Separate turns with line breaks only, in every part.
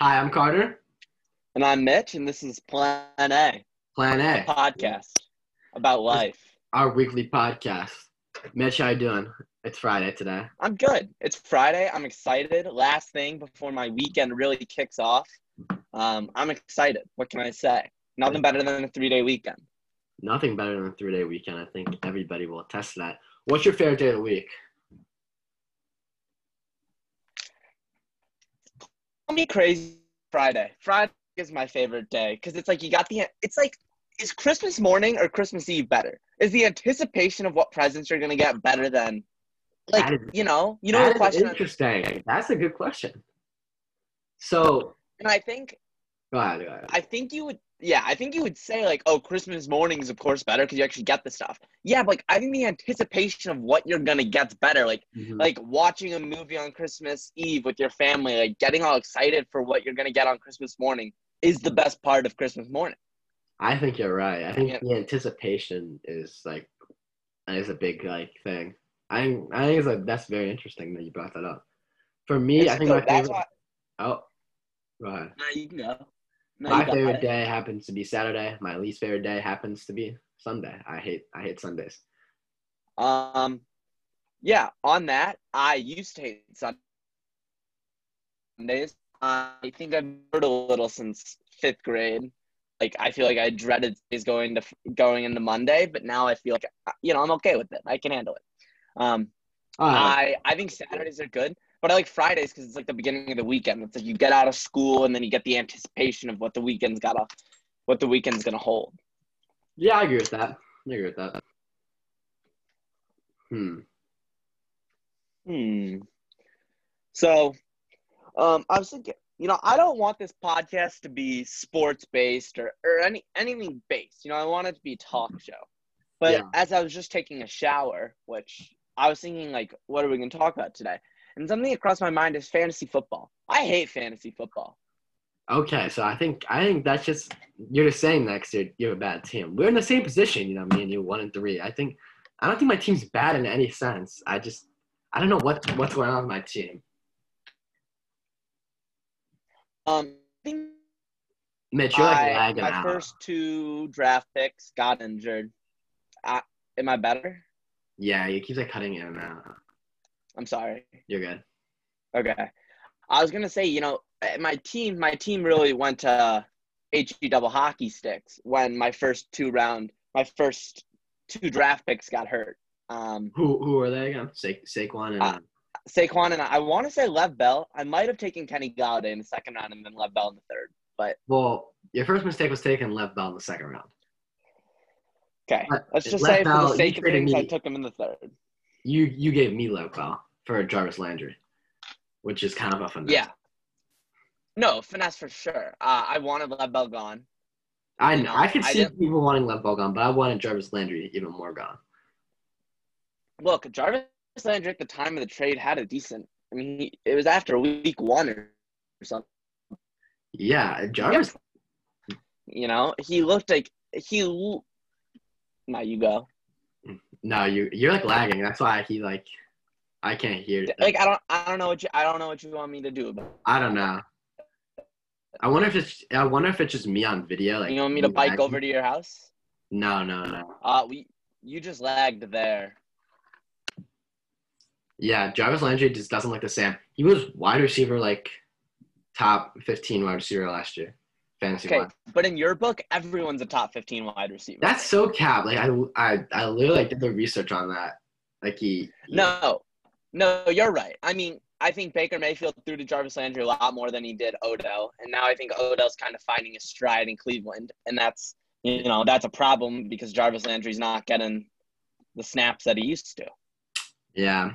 I'm Carter.
And I'm Mitch, and this is Plan A,
Plan
a
A,
podcast about life.
our weekly podcast. Mitch, how you doing? It's Friday today.
I'm good. It's Friday. I'm excited. Last thing before my weekend really kicks off. Um, I'm excited. What can I say? Nothing better than a three day weekend.
Nothing better than a three-day weekend. I think everybody will attest to that. What's your favorite day of the week?
Call me crazy Friday. Friday is my favorite day because it's like you got the, it's like, is Christmas morning or Christmas Eve better? Is the anticipation of what presents you're going to get better than,
That
like,
is-
you know, you know, the
That is
question.
Interesting. That's a good question. So
And I think
go ahead. Go ahead.
I think you would, yeah, I think you would say like, oh, Christmas morning is of course better because you actually get the stuff. Yeah, but like I think the anticipation of what you're gonna get's better. Like
Mhm.
like watching a movie on Christmas Eve with your family, like getting all excited for what you're gonna get on Christmas morning is the best part of Christmas morning.
Mm-hmm. I think you're right. I think
Yeah.
the anticipation is like is a big like thing. I think- I think it's like that's very interesting that you brought that up. For me,
It's
I think
good.
my
that's
favorite. Oh, go ahead.
why, no, you can go. No,
my
you got
favorite
it.
day happens to be Saturday. My least favorite day happens to be Sunday. I hate I hate Sundays.
Um, yeah. On that, I used to hate Sundays. I think I've heard a little since fifth grade. Like I feel like I dreaded is going to going into Monday, but now I feel like you know I'm okay with it. I can handle it. Um,
Uh,
I I think Saturdays are good, but I like Fridays because it's like the beginning of the weekend. It's like you get out of school and then you get the anticipation of what the weekend's gotta, what the weekend's gonna hold.
yeah, I agree with that. I agree with that. Hmm.
Hmm. So, um, I was thinking, you know, I don't want this podcast to be sports based or, or any anything based. You know, I want it to be a talk show. But
Yeah.
as I was just taking a shower, which I was thinking, like, what are we going to talk about today? And something that crossed my mind is fantasy football. I hate fantasy football.
Okay, so I think I think that's just you're just saying that because you're, you're a bad team. We're in the same position, you know. Me and you, one and three. I think I don't think my team's bad in any sense. I just I don't know what what's going on with my team.
Um, I think
Mitch, you're like
my-
lagging
my
out.
first two draft picks got injured. I, am I better?
Yeah, you keep like cutting in and out.
I'm sorry.
You're good.
Okay. I was gonna say, you know, eh, my team, my team really went to HE double hockey sticks when my first two round, my first two draft picks got hurt. Um,
Who who are they again? Sa- Saquon and
Uh, Saquon and I, I want to say Lev Bell. I might have taken Kenny Galladay in the second round and then Lev Bell in the third.
well, your first mistake was taking left ball in the second round.
Okay,
But
let's just
Lev
say for
Bell,
the
you
sake of
traded
things, I
me.
took him in the third.
You you gave me low call for Jarvis Landry, which is kind of a fun.
Yeah. No, finesse for sure. Uh, I wanted Lev Bell gone.
I
you
know.
know,
I could
I
see
didn't-
people wanting Lev Bell gone, but I wanted Jarvis Landry even more gone.
Look, Jarvis Landry at the time of the trade had a decent. I mean, he, it was after week one or something.
Yeah, Jarvis.
You know, he looked like he. l- Now you go.
No, you you're like lagging. That's why he like I can't hear.
Like I don't, I don't know what you, I don't know what you want me to do. But
I don't know. I wonder if it's I wonder if it's just me on video. Like
you want me to bike
lagging.
over to your house?
No, no, no.
Uh, we, you just lagged there.
Yeah, Jarvis Landry just doesn't look the same. He was wide receiver like top fifteen wide receiver last year, fantasy
Okay,
wise.
but in your book, everyone's a top fifteen wide receiver.
That's so cap. Like I, I, I literally like, did the research on that. Like he. he-
no, no, you're right. I mean, I think Baker Mayfield threw to Jarvis Landry a lot more than he did Odell, and now I think Odell's kind of finding his stride in Cleveland, and that's you know that's a problem because Jarvis Landry's not getting the snaps that he used to.
Yeah.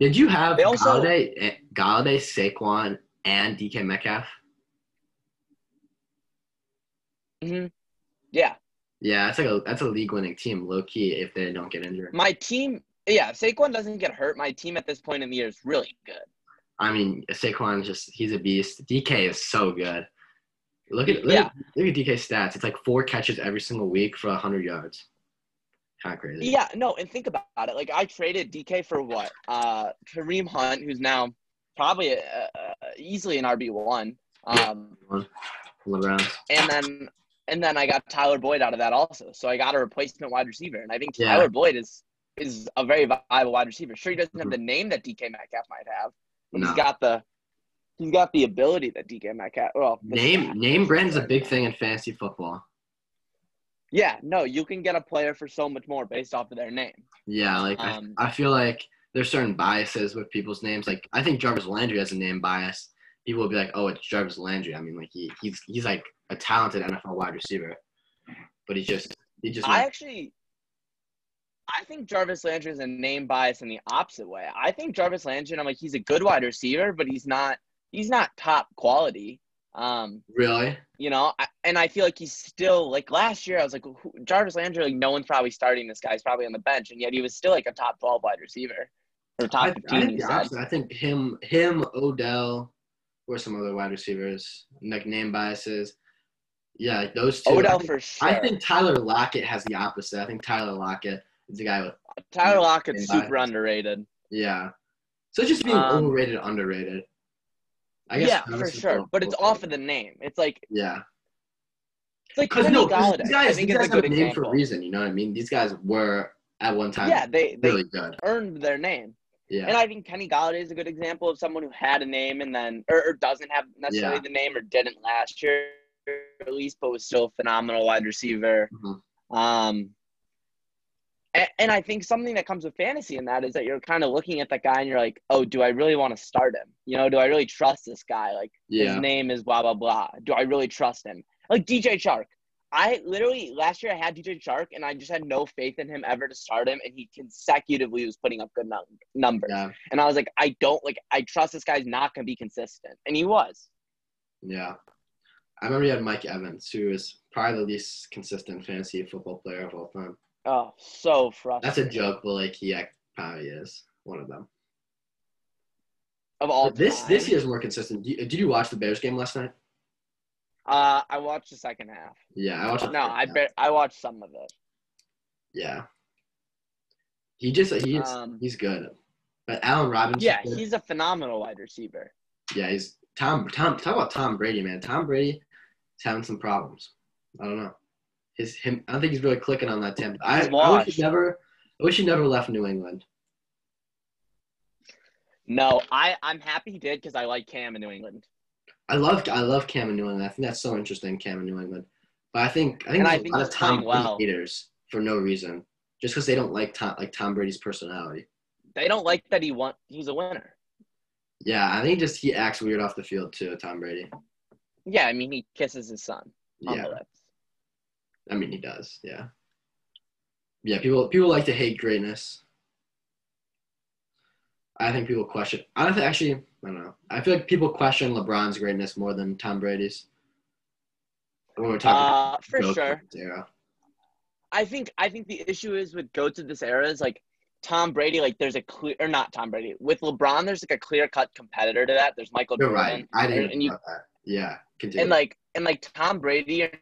Did you have
They also-
Galladay, eh, Galladay, Saquon, and DK Metcalf?
hmm Yeah,
Yeah, that's like a that's a league winning team, low key. If they don't get injured,
my team. Yeah, if Saquon doesn't get hurt, my team at this point in the year is really good.
I mean Saquon is just he's a beast. DK is so good. Look at look,
Yeah.
at look at DK's stats. It's like four catches every single week for hundred yards. Kind of crazy.
Yeah, no, and think about it. Like I traded DK for what? Uh, Kareem Hunt, who's now probably uh, uh, easily an RB one, Um,
LeBron.
and then and then I got Tyler Boyd out of that also. So I got a replacement wide receiver, and I think
Yeah.
Tyler Boyd is is a very viable wide receiver. Sure, he doesn't have the name that DK Metcalf might have,
Mm-hmm.
but
No.
he's got the he's got the ability that DK Metcalf. Well,
Name name brand's a big thing in fantasy football.
Yeah, no, you can get a player for so much more based off of their name.
Yeah, like I-
Um,
I, feel like there's certain biases with people's names. Like I think Jarvis Landry has a name bias. People will be like, "Oh, it's Jarvis Landry." I mean, like he, he's he's like a talented NFL wide receiver, but he just he just
I actually, I think Jarvis Landry is a name bias in the opposite way. I think Jarvis Landry, I'm like, he's a good wide receiver, but he's not he's not top quality. Um,
really
you know, I, and I feel like he's still like last year. I was like, who, Jarvis Landry, like no one's probably starting this guy. He's probably on the bench, and yet he was still like a top twelve wide receiver or top
I, I
fifteen.
think
you
the
said.
opposite. I think him, him, Odell, or some other wide receivers, like name biases. Yeah, like those two. I
Odell
think,
for sure.
I think Tyler Lockett has the opposite. I think Tyler Lockett is the guy with
Tyler Lockett's
Yeah.
super underrated.
yeah. So just being
Um,
overrated, underrated.
yeah,
Jarvis
for
is
sure.
overrated.
But it's off of the name. It's like
Yeah,
it's like
because
Kenny
no, 'cause
Galladay.
these
I
guys,
think
these
it's a
guys have
good
a name for a
example.
reason. You know what I mean? These guys were at one time
Yeah, they they
really good.
earned their name,
Yeah,
and I think Kenny Galladay is a good example of someone who had a name and then or, or doesn't have necessarily
Yeah.
the name or didn't last year at least, but was still a phenomenal wide receiver.
Mhm.
Um, and, and I think something that comes with fantasy in that is that you're kind of looking at that guy and you're like, oh, do I really want to start him? You know, do I really trust this guy? Like,
yeah,
his name is blah, blah, blah. Do I really trust him? Like DJ Chark. I literally, last year I had DJ Chark and I just had no faith in him ever to start him. And he consecutively was putting up good num- numbers.
yeah,
And I was like, I don't, like, I trust this guy's not going to be consistent. And he was.
yeah. I remember you had Mike Evans, who is probably the least consistent fantasy football player of all time.
Oh, so
That's a
frustrating.
joke, but like he act- probably is one of them.
Of all
This
time.
this year is more consistent. Do you- Did you watch the Bears game last night?
Uh, I watched the second half.
Yeah, I watched. the
No,
first
I
half.
bet I watched some of it.
Yeah. He just he's
Um,
he's good, but Allen Robinson.
Yeah, he's a phenomenal wide receiver.
yeah, he's Tom. Tom, talk about Tom Brady, man. Tom Brady is having some problems. I don't know. His him. I don't think he's really clicking on that Tampa. I,
He's
I wish
washed.
he never. I wish he never left New England.
No, I I'm happy he did because I like Cam in New England,
I love I love Cam in New England. I think that's so interesting, Cam in New England. But I think I think
And I
there's
think
a lot of
he's
Tom
playing well.
Brady haters for no reason, just because they don't like Tom like Tom Brady's personality.
They don't like that he won. He's a winner.
Yeah, I think just he acts weird off the field too, Tom Brady.
Yeah, I mean he kisses his son on
Yeah,
the lips.
I mean he does. Yeah, yeah. People people like to hate greatness. I think people question. I don't think, actually. I don't know. I feel like people question LeBron's greatness more than Tom Brady's. When we're talking
Uh, for
about
sure.
this era.
I think I think the issue is with goats of this era is like Tom Brady. Like there's a clear or not Tom Brady with LeBron. There's like a clear cut competitor to that. There's Michael
You're
Jordan.
right. I didn't.
And you-
know that. Yeah. Continue.
and like and like Tom Brady or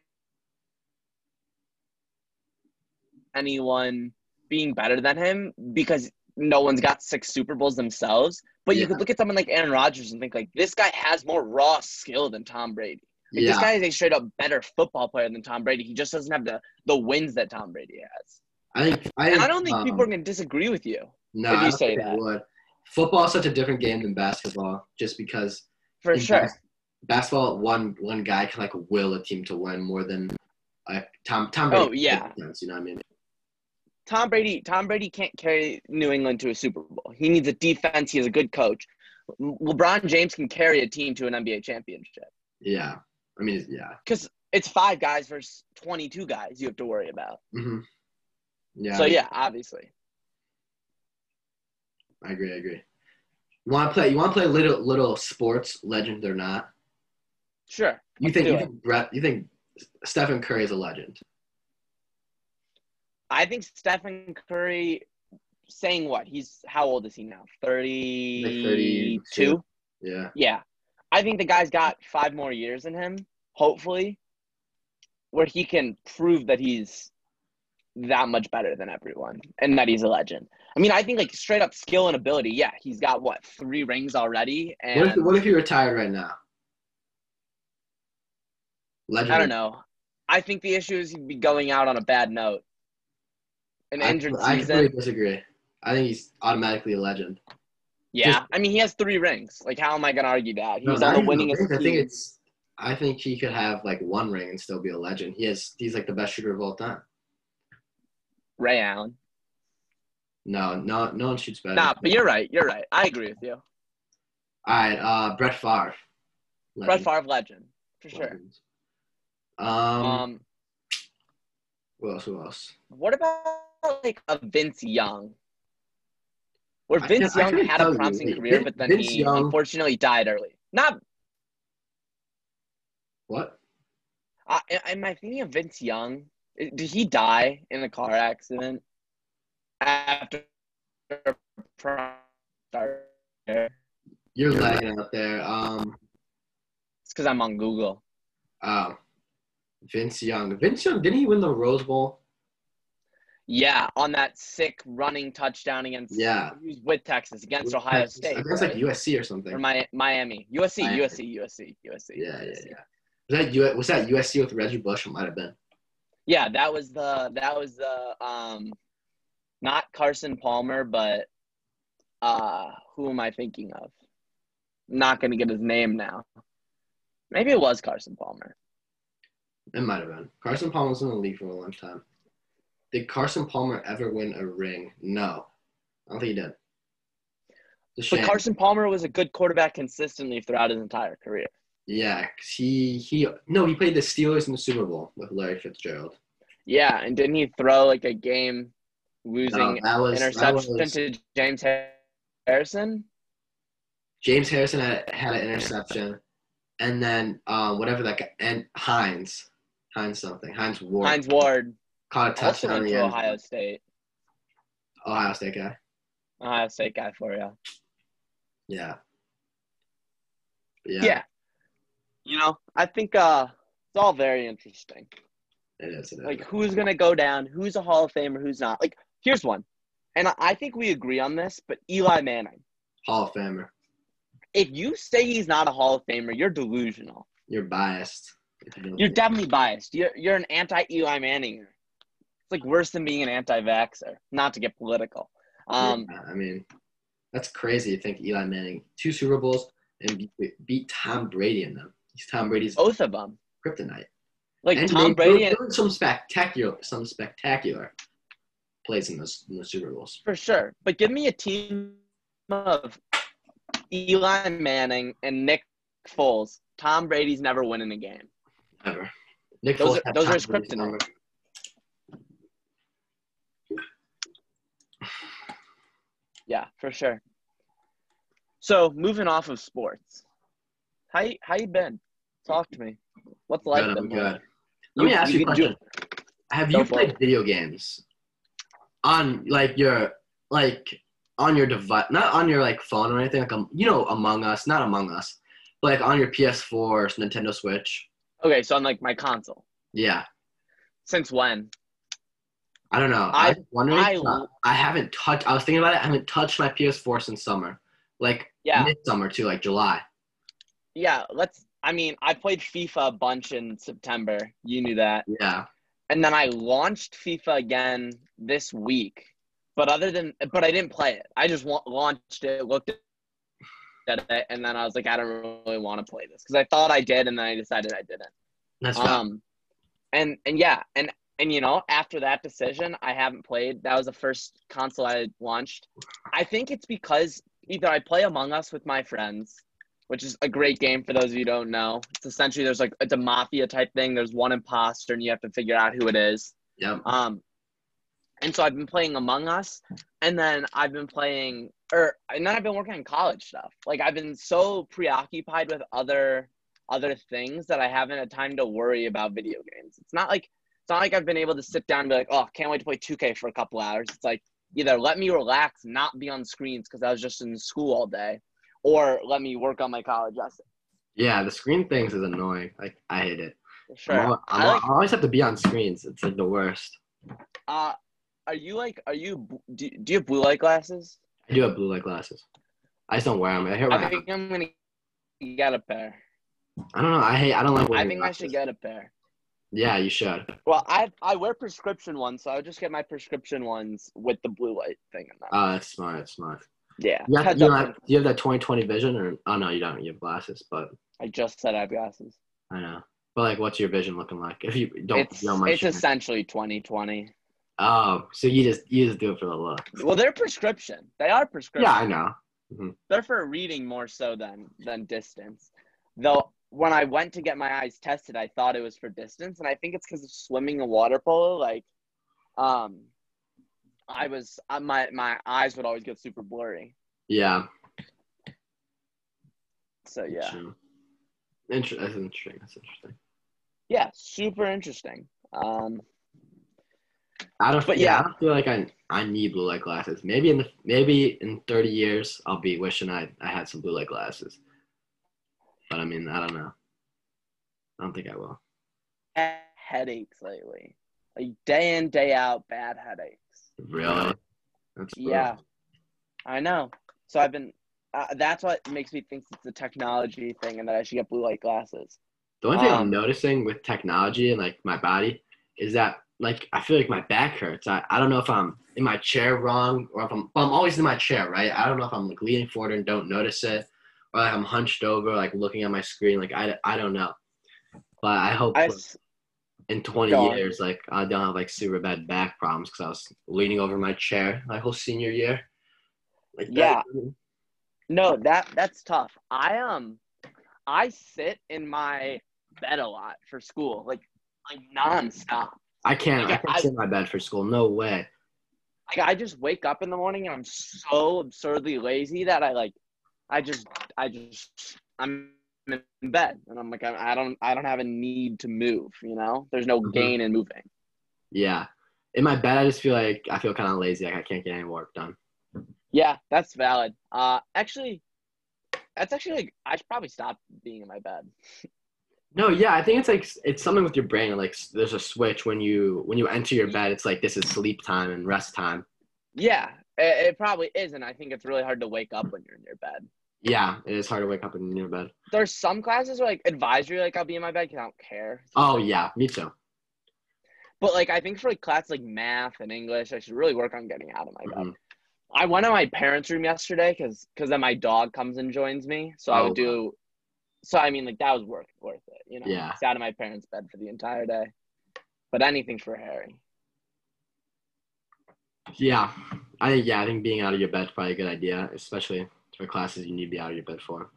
anyone being better than him because no one's got six Super Bowls themselves. But
Yeah.
you could look at someone like Aaron Rodgers and think like this guy has more raw skill than Tom Brady. Like,
yeah.
This guy is a straight up better football player than Tom Brady. He just doesn't have the the wins that Tom Brady has.
I think. I,
And
think,
I don't think
um,
people are gonna disagree with you
No,
if
I
you
don't
say
think they
that.
would. Football is such a different game than basketball, just because
for
in
sure.
bas- basketball, one one guy can like will a team to win more than like Tom Tom Brady.
Oh, yeah.
does, you know what I mean?
Tom Brady, Tom Brady can't carry New England to a Super Bowl. He needs a defense. He has a good coach. Le- LeBron James can carry a team to an NBA championship
Yeah, I mean, yeah,
because it's five guys versus twenty-two guys you have to worry about.
hmm yeah.
So yeah, obviously.
I agree. I agree. You want to play? You want to play little little sports legend or not?
Sure.
You
Let's
think
do
you
it.
think, Brett, you think Stephen Curry is a legend?
I think Stephen Curry saying what? He's how old is he now? Thirty-two.
Yeah,
Yeah. I think the guy's got five more years in him, hopefully, where he can prove that he's that much better than everyone and that he's a legend. I mean, I think like straight up skill and ability, yeah, he's got what, three rings already? And
What if, what if you retired right now? Legend.
I don't know. I think the issue is he'd be going out on a bad note. An
I,
injured
I
season.
completely disagree. I think he's automatically a legend.
yeah. I mean, he has three rings. Like, how am I going to argue that? He
No,
was
not
on the
even
winningest
rings. I think
team.
it's. I think he could have like one ring and still be a legend. He has. He's like the best shooter of all time.
Ray Allen.
No, no, no one shoots better.
Nah, but you're right. You're right. I agree with you.
All right, uh, Brett Favre.
Brett
Legend.
Favre, legend. For sure.
Legend. Um,
Um,
Who else? Who else?
what about, like, a Vince Young? Where
I can't-
Vince
I
Young
couldn't
had
tell
a
you.
promising
Like,
career,
Vin-
but then
Vince
he
Young-
unfortunately died early. Not
What?
Uh, am I thinking of Vince Young? Did he die in a car accident after start? It's
You're lagging out there. Um,
because I'm on Google.
oh, Vince Young. Vince Young. Didn't he win the Rose Bowl?
Yeah, on that sick running touchdown against
Yeah.
he was with Texas against
With
Ohio
Texas.
State
I think it's
right?
like USC or something.
or Mi- Miami, USC,
Miami.
USC, USC, USC.
yeah, yeah,
USC.
yeah. Was that, U- was that USC with Reggie Bush? It might have been.
Yeah, that was the that was the um, not Carson Palmer, but uh, who am I thinking of? Not gonna get his name now. Maybe it was Carson Palmer.
It might have been. Carson Palmer was in the league for a long time. Did Carson Palmer ever win a ring? No. I don't think he did. It's a
But
shame.
Carson Palmer was a good quarterback consistently throughout his entire career.
Yeah, 'cause he he no, he played the Steelers in the Super Bowl with Larry Fitzgerald.
Yeah, and didn't he throw like a game
No,
losing
that was that
interception
was
to James Harrison?
James Harrison had, had an interception, and then um, whatever that guy and Hines, Hines something, Hines Ward
Heinz Ward
caught a
also
touchdown in
went
the
to
end.
Ohio State.
Ohio State guy.
Ohio State guy for you.
Yeah.
yeah. You know, I think uh, it's all very interesting.
It is. It is.
Like, who's going to go down? Who's a Hall of Famer? Who's not? Like, here's one. And I- I think we agree on this, but Eli Manning.
Hall of Famer.
If you say he's not a Hall of Famer, you're delusional.
You're biased. If you don't
You're
think-
definitely biased. You're, you're an anti Eli Manninger. It's like worse than being an anti vaxxer, not to get political. Um,
Yeah, I mean, that's crazy to think Eli Manning two Super Bowls and beat, beat Tom Brady in them. He's Tom Brady's
Both of them.
kryptonite.
Oh, Like,
And
Tom
they-
Brady and
they're doing some spectacular, some spectacular plays in those in the Super Bowls.
for sure. But give me a team of Eli Manning and Nick Foles. Tom Brady's never winning a game.
Ever. Nick
Those
Foles
are-
had
those
Tom
are his
Brady's
kryptonite.
number.
Yeah, for sure. So moving off of sports, how you, how you been? Talk to me. What's life
Good, I'm
been
good.
like?
Let me
You-
ask you,
you
a
can do-
question. Have
Go
you
for it.
played video games on like your like on your device, not on your like phone or anything like um, you know Among Us, not Among Us, but like on your PS4 or Nintendo Switch?
Okay, so on like my console.
Yeah,
Since when?
I don't know.
I-
I, was wondering.
I-
uh, I haven't touched. I was thinking about it. I haven't touched my PS4 since summer, like
Yeah,
midsummer too, like July.
yeah. Let's. I mean, I played FIFA a bunch in September. You knew that.
Yeah,
And then I launched FIFA again this week. But other than, but I didn't play it. I just wa- launched it, looked at it, and then I was like, I don't really want to play this because I thought I did, and then I decided I didn't.
that's right.
um and and yeah and and you know after that decision i haven't played that was the first console i launched i think it's because either i play among us with my friends which is a great game for those of you who don't know it's essentially there's like it's a mafia type thing there's one imposter and you have to figure out who it is
Yep.
um and so i've been playing among us and then i've been playing or and then i've been working on college stuff like i've been so preoccupied with other other things that I haven't had time to worry about video games. It's not like it's not like I've been able to sit down and be like, oh, can't wait to play 2K for a couple hours. It's like either let me relax, not be on screens because I was just in school all day, or let me work on my college lesson.
Yeah, the screen things is annoying. Like I hate it.
For
I'm
sure.
al- I'm
I
al-
like-
I always have to be on screens. It's like the worst.
Uh, are you like are you b- do, do you have blue light glasses?
I do have blue light glasses. I just don't wear them. I hear
I
my
think I'm gonna get a pair.
I don't know. I hate. I don't like.
I
wearing
think I should
glasses.
get a pair.
Yeah, you should.
Well, I I wear prescription ones, so I'll just get my prescription ones with the blue light thing in them.
Uh, that's smart. That's smart.
yeah.
You have,
heads
you
up,
don't have, do you have that 2020 vision, or oh no, you don't. You have glasses, but
I just said I have glasses.
I know. But like, what's your vision looking like? If you don't,
It's,
you don't mind
it's
sharing.
essentially 2020.
Oh, so you just you just do it for the look.
Well, they're prescription. They are prescription.
Yeah, I know.
they're for reading more so than than distance. Though when I went to get my eyes tested, I thought it was for distance, and I think it's because of swimming in water polo. Like, um, I was uh, my my eyes would always get super blurry.
Yeah.
So yeah,
True. Inter- that's interesting. That's interesting.
yeah, super interesting. Um,
I don't.
But
yeah, I
yeah.
don't feel like I I need blue light glasses. Maybe in the maybe in 30 years I'll be wishing I I had some blue light glasses. But I mean, I don't know. I don't think I will.
headaches lately, like day in day out, bad headaches.
Really? That's brutal.
Yeah, I know. So I've been. Uh, that's what makes me think it's a technology thing, and that I should get blue light glasses.
The one thing I'm
Um,
noticing with technology and like my body is that like I feel like my back hurts. I, I don't know if I'm in my chair wrong or if I'm I'm always in my chair, right? I don't know if I'm like leaning forward and don't notice it or like I'm hunched over like looking at my screen like I, I don't know. But I hope
I
like,
s-
in 20
Go on.
years like I don't have like super bad back problems cuz I was leaning over my chair my whole senior year. Like that-
Yeah. No, that that's tough. I um I sit in my bed a lot for school, like like nonstop.
I can't I
Yeah,
can't
I-
sit in my bed for school. No way.
Like I just wake up in the morning and I'm so absurdly lazy that I like I just I just I'm in bed and I'm like I, I don't I don't have a need to move, you know? There's no
Mhm.
gain in moving.
Yeah. In my bed I just feel like I feel kind of lazy like I can't get any work done.
Yeah, that's valid. Uh actually that's actually like I should probably stop being in my bed.
No, yeah, I think it's like it's something with your brain. Like s- there's a switch when you when you enter your bed. It's like this is sleep time and rest time.
Yeah, it, it probably is and I think it's really hard to wake up when you're in your bed.
Yeah, it is hard to wake up in your bed.
there's some classes where like advisory, like I'll be in my bed because I don't care.
Oh yeah, me too.
But like I think for like classes like math and English, I should really work on getting out of my bed.
Mhm.
I went to my parents' room yesterday because because then my dog comes and joins me, so I
Oh.
would do. So I mean, like that was worth worth it, you know.
Yeah.
Sat in my parents' bed for the entire day, but anything for Harry.
Yeah, I think yeah, I think being out of your bed's probably a good idea, especially for classes you need to be out of your bed for.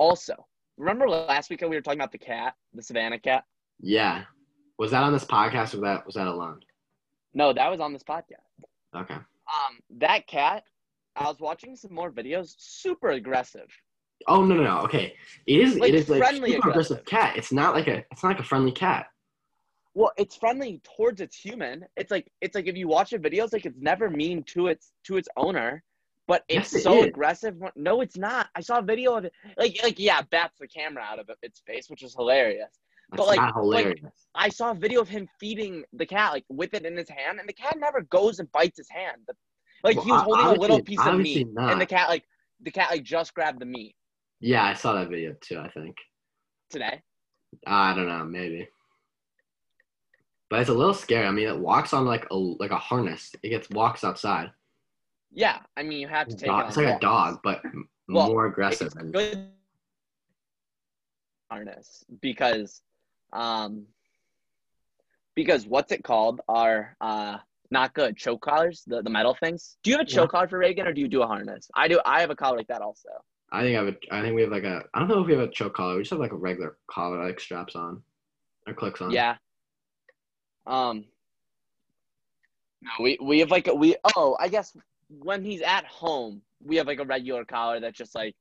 Also, remember last weekend we were talking about the cat, the Savannah cat.
Yeah, was that on this podcast or that was that alone?
No, that was on this podcast.
Okay.
Um, that cat. I was watching some more videos. Super aggressive.
Oh no no no. Okay, it is
Like,
it is like
friendly
super aggressive
aggressive.
cat. It's not like a it's not like a friendly cat.
Well, it's friendly towards its human. It's like it's like if you watch the videos, like it's never mean to its to its owner, but it's
Yes, it
so
is.
aggressive. when- No, it's not. I saw a video of it. Like like yeah, bats the camera out of its face, which is hilarious.
That's
But, like-
not hilarious.
I saw a video of him feeding the cat like with it in his hand, and the cat never goes and bites his hand. The- like he
Well,
was holding a little
obviously-
piece of
obviously
meat,
not.
and the cat like the cat like just grabbed the meat
yeah, I saw that video too. I think.
today.
I don't know, maybe. But it's a little scary. I mean, it walks on like a like a harness. It gets walks outside.
Yeah, I mean you have to take
Dog-
it.
it's
on
like a
walks.
dog, but m-
Well,
more
It's
aggressive. And,
good harness because um because what's it called are uh not good choke collars the, the metal things do you have a choke
Yeah.
collar for reagan or do you do a harness i do i have a collar like that also
I think I would. I think we have like a. I don't know if we have a choke collar. We just have like a regular collar, like straps on, or clicks on.
yeah um no we we have like a we oh i guess when he's at home we have like a regular collar that's just like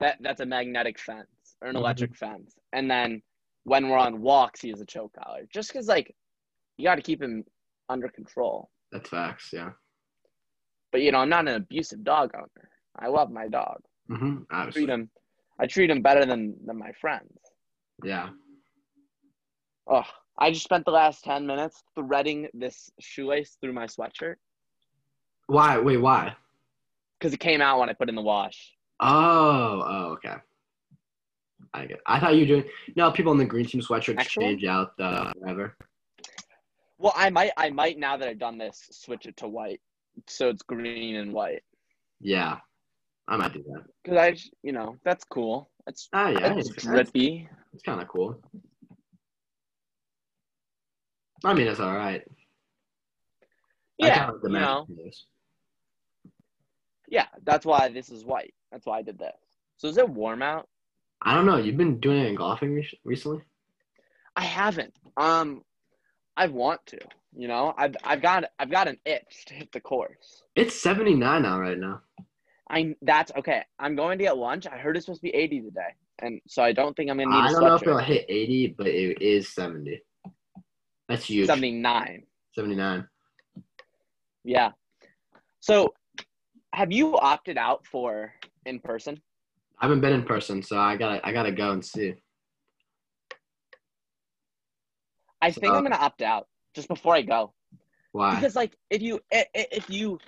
that that's a magnetic fence or an
Mhm.
electric fence and then when we're on walks he has a choke collar just because like you got to keep him under control
that's facts. Yeah.
but you know i'm not an abusive dog owner i love my dog
Mm-hmm.
I treat
Obviously.
him i treat him better than than my friends
Yeah.
oh i just spent the last 10 minutes threading this shoelace through my sweatshirt
Why? Wait. Why?
because it came out when I put it in the wash.
Oh, oh, okay. I get. I thought you were doing. No, people in the green team sweatshirt
Actual?
change out the whatever.
Well, I might, I might now that I've done this, switch it to white, so it's green and white.
Yeah, I might do that.
Cause I, j- you know, that's cool. That's
Oh yeah,
that's
it's, it's,
drippy.
kind of cool. I mean, it's all right. I
Yeah,
kinda like the
you
magic
know,
colors.
yeah. That's why this is white. That's why I did this. So is it warm out?
I don't know. You've been doing it in golfing re- recently.
I haven't. Um, I want to. You know, I've I've got I've got an itch to hit the course.
It's 79 now, right now.
I that's okay. I'm going to get lunch. I heard it's supposed to be 80 today, and so I don't think I'm gonna need
I
a
don't know if
sweatshirt.
it'll hit 80, but it is 70. That's huge.
79.
79.
Yeah. So, have you opted out for in person?
I haven't been in person, so I gotta I gotta go and see.
I think I'm
Uh,
gonna opt out just before I go
Why?
because, like, if you i- i- if you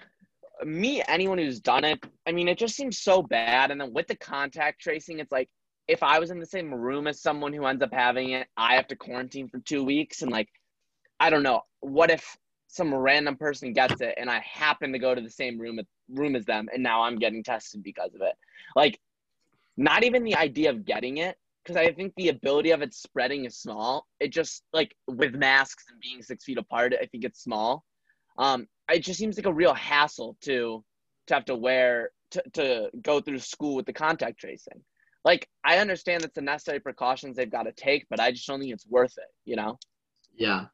meet anyone who's done it, I mean, it just seems so bad. And then with the contact tracing, it's like if I was in the same room as someone who ends up having it, I have to quarantine for two weeks. And like, I don't know, what if some random person gets it and I happen to go to the same room room as them, and now I'm getting tested because of it? Like, not even the idea of getting it because I think the ability of it spreading is small. It just like with masks and being six feet apart, I think it's small. Um, it just seems like a real hassle to to have to wear to, to go through school with the contact tracing. Like I understand it's the necessary precautions they've got to take, but I just don't think it's worth it. You know?
Yeah.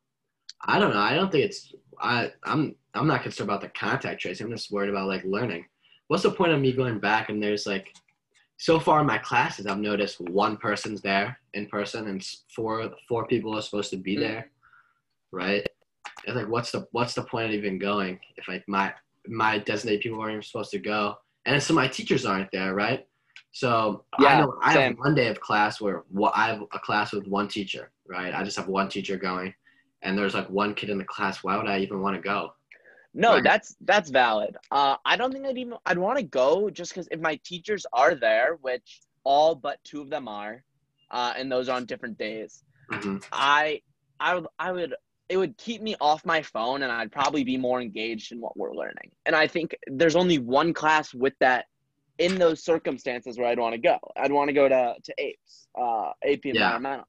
I don't know. I don't think it's I I'm I'm not concerned about the contact tracing. I'm just worried about like learning. What's the point of me going back and there's like so far in my classes I've noticed one person's there in person and s- four four people are supposed to be
Mhm.
there. Right? It's like what's the what's the point of even going if like my my designated people aren't even supposed to go. And so my teachers aren't there, right? So I
Yeah,
know I have
same.
one day of class where wha- I have a class with one teacher, right? I just have one teacher going and there's like one kid in the class, why would I even want to go?
No,
Right.
that's that's valid. Uh, I don't think I'd even I'd want to go just because if my teachers are there, which all but two of them are, uh, and those are on different days. Mm-hmm.
Mhm.
I I would I would it would keep me off my phone and I'd probably be more engaged in what we're learning. And I think there's only one class with that in those circumstances where I'd want to go. I'd want to go to to apes, uh AP environmental.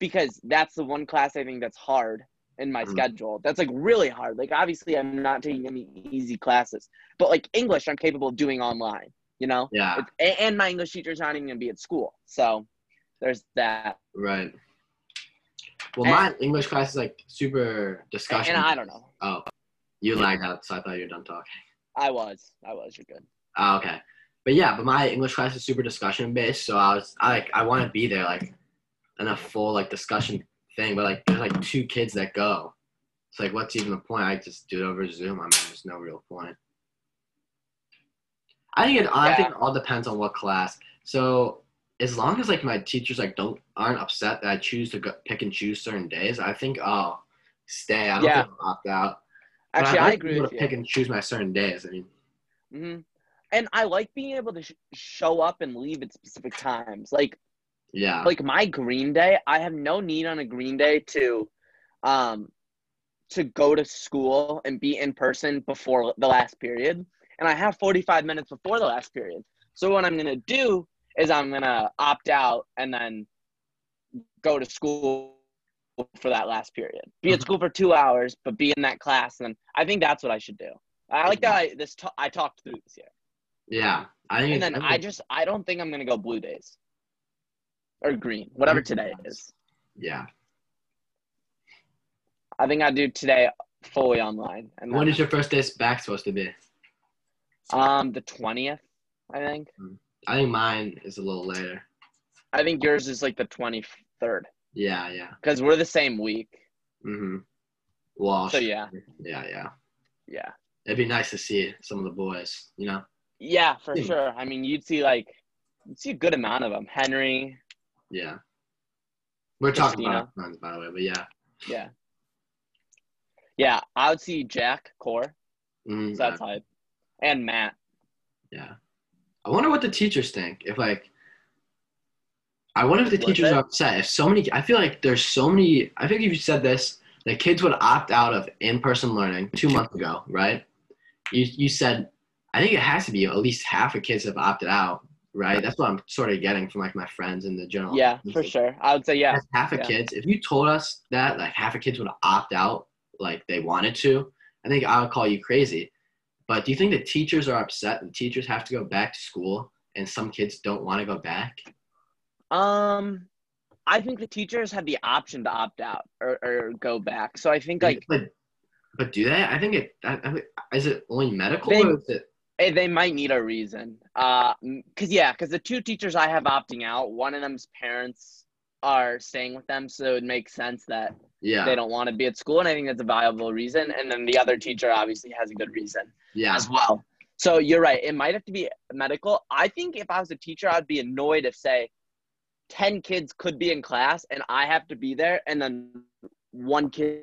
Because that's the one class I think that's hard in my
Mhm.
schedule. That's like really hard. Like obviously I'm not taking any easy classes, but like English I'm capable of doing online, you know?
Yeah,
It's, a- and my English teacher's not even going to be at school. So there's that.
right. Well, my English class is like super discussion.
And I don't know.
oh, you lagged out, so I thought you were done talking.
I was. I was. You're good.
Oh, okay. But yeah, but my English class is super discussion based, so I was I like I want to be there like in a full like discussion thing, but like there's like two kids that go. It's like what's even the point? I just do it over Zoom. I mean, there's no real point. I think it I think it all depends on what class. So as long as like my teachers like don't aren't upset that I choose to go, pick and choose certain days, I think I'll stay. I don't
Yeah.
think I'll opt out. But
Actually,
I'd
I
like to be
agree
able
with
to
you.
Pick and choose my certain days. I mean,
hmm And I like being able to sh- show up and leave at specific times. Like,
yeah.
like my green day, I have no need on a green day to, um, to go to school and be in person before the last period. And I have 45 minutes before the last period. So what I'm gonna do is I'm gonna opt out and then go to school for that last period. Be at
Mhm.
school for two hours, but be in that class. And I think that's what I should do. I like that I this t- I talked through this year,
Yeah, I think.
and then
it's-
I just I don't think I'm gonna go blue days or green, whatever today is.
yeah.
I think I do today fully online, and
When
then,
is your first day back supposed to be?
um the twentieth, I think.
I think mine is a little later.
I think yours is like the twenty third
Yeah, yeah.
because we're the same week.
Mm-hmm. Well,
So yeah,
yeah, yeah.
yeah.
It'd be nice to see some of the boys. You know.
Yeah, for
Hmm.
sure. I mean, you'd see like you'd see a good amount of them. Henry,
Yeah. We're talking about
Christina.
our friends, by the way, but yeah.
yeah, yeah. I would see Jack Core.
Mhm,
So that's hype, and Matt.
yeah. I wonder what the teachers think. If like, I wonder if the
Was
teachers
it?
are upset. If so many, I feel like there's so many. I think if you said this, the kids would opt out of in-person learning two months ago, right? You you said, I think it has to be at least half of kids have opted out, right? That's what I'm sort of getting from like my friends in the general.
Yeah, for sure. I would say yeah.
That's half of
yeah.
kids. If you told us that like half of kids would opt out, like they wanted to, I think I would call you crazy. But do you think the teachers are upset? The teachers have to go back to school, and some kids don't want to go back.
Um, I think the teachers have the option to opt out or, or go back. So I think like
but, but do they? I think it. I, I, think- is it only medical?
They-
or is it,
eh, they might need a reason. Uh, mm, cause yeah, cause the two teachers I have opting out, one of them's parents are staying with them, so it makes sense that
yeah,
they don't want to be at school, and I think that's a viable reason. And then the other teacher obviously has a good reason
yeah.
as well. So you're right. It might have to be medical. I think if I was a teacher, I'd be annoyed if say, ten kids could be in class and I have to be there, and then one kid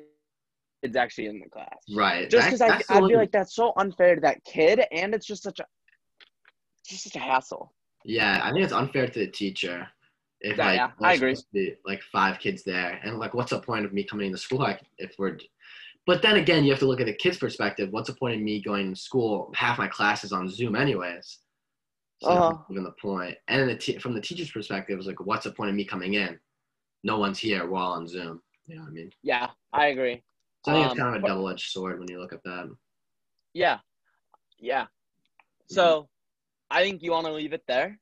is actually in the class.
Right.
Just
That-
because I
that's the
I
only-
feel like that's so unfair to that kid, and it's just such a it's just such a hassle.
Yeah, I think it's unfair to the teacher. If
Yeah,
like
yeah,
there's
I agree.
supposed to be, like five kids there, and like, what's the point of me coming into school? Like, if we're, but then again, you have to look at the kid's perspective. What's the point of me going to school? Half my class is on Zoom, anyways. So that's
Uh-huh.
not even the point. And the te- from the teacher's perspective, it's like, what's the point of me coming in? No one's here. We're all on Zoom. You know what I mean?
Yeah, I agree.
So I think it's
Um,
kind of a
but-
double-edged sword when you look at that.
Yeah, yeah. So, I think you want to leave it there.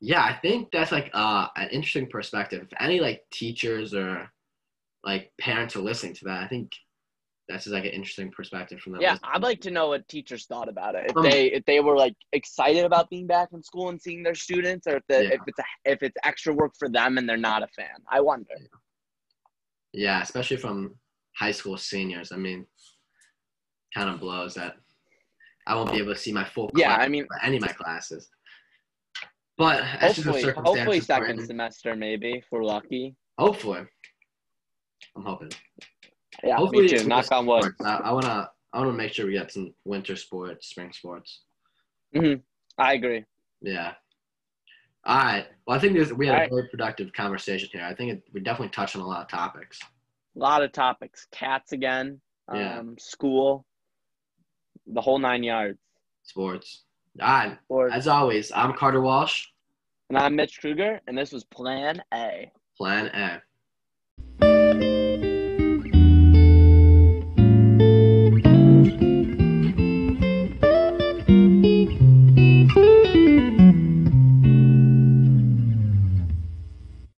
yeah i think that's like uh, an interesting perspective if any like teachers or like parents are listening to that i think that's just like an interesting perspective from them
Yeah, I'd like to know what teachers thought about it. If
Um,
they if they were like excited about being back in school and seeing their students, or if the,
Yeah.
if it's a, if it's extra work for them and they're not a fan. I wonder.
yeah especially from high school seniors i mean kind of blows that i won't be able to see my full
Yeah,
class
I mean,
or any of my classes but that's just the
hopefully,
circumstances
hopefully
we're
second
in.
semester maybe if we're lucky.
hopefully i'm hoping
Yeah,
hopefully
me
it's
too.
with
Knock
the
on wood.
sports. I, I want to i want to make sure we get some winter sports spring sports
I agree.
Yeah. All right. Well, I think there's, we had
All
a very productive conversation here. I think it, we definitely touched on a lot of topics.
A lot of topics. Cats again. Um,
Yeah.
School. The whole nine yards.
Sports. All right.
Or
As always, I'm Carter Walsh,
and I'm Mitch Kruger, and this was Plan A.
Plan A.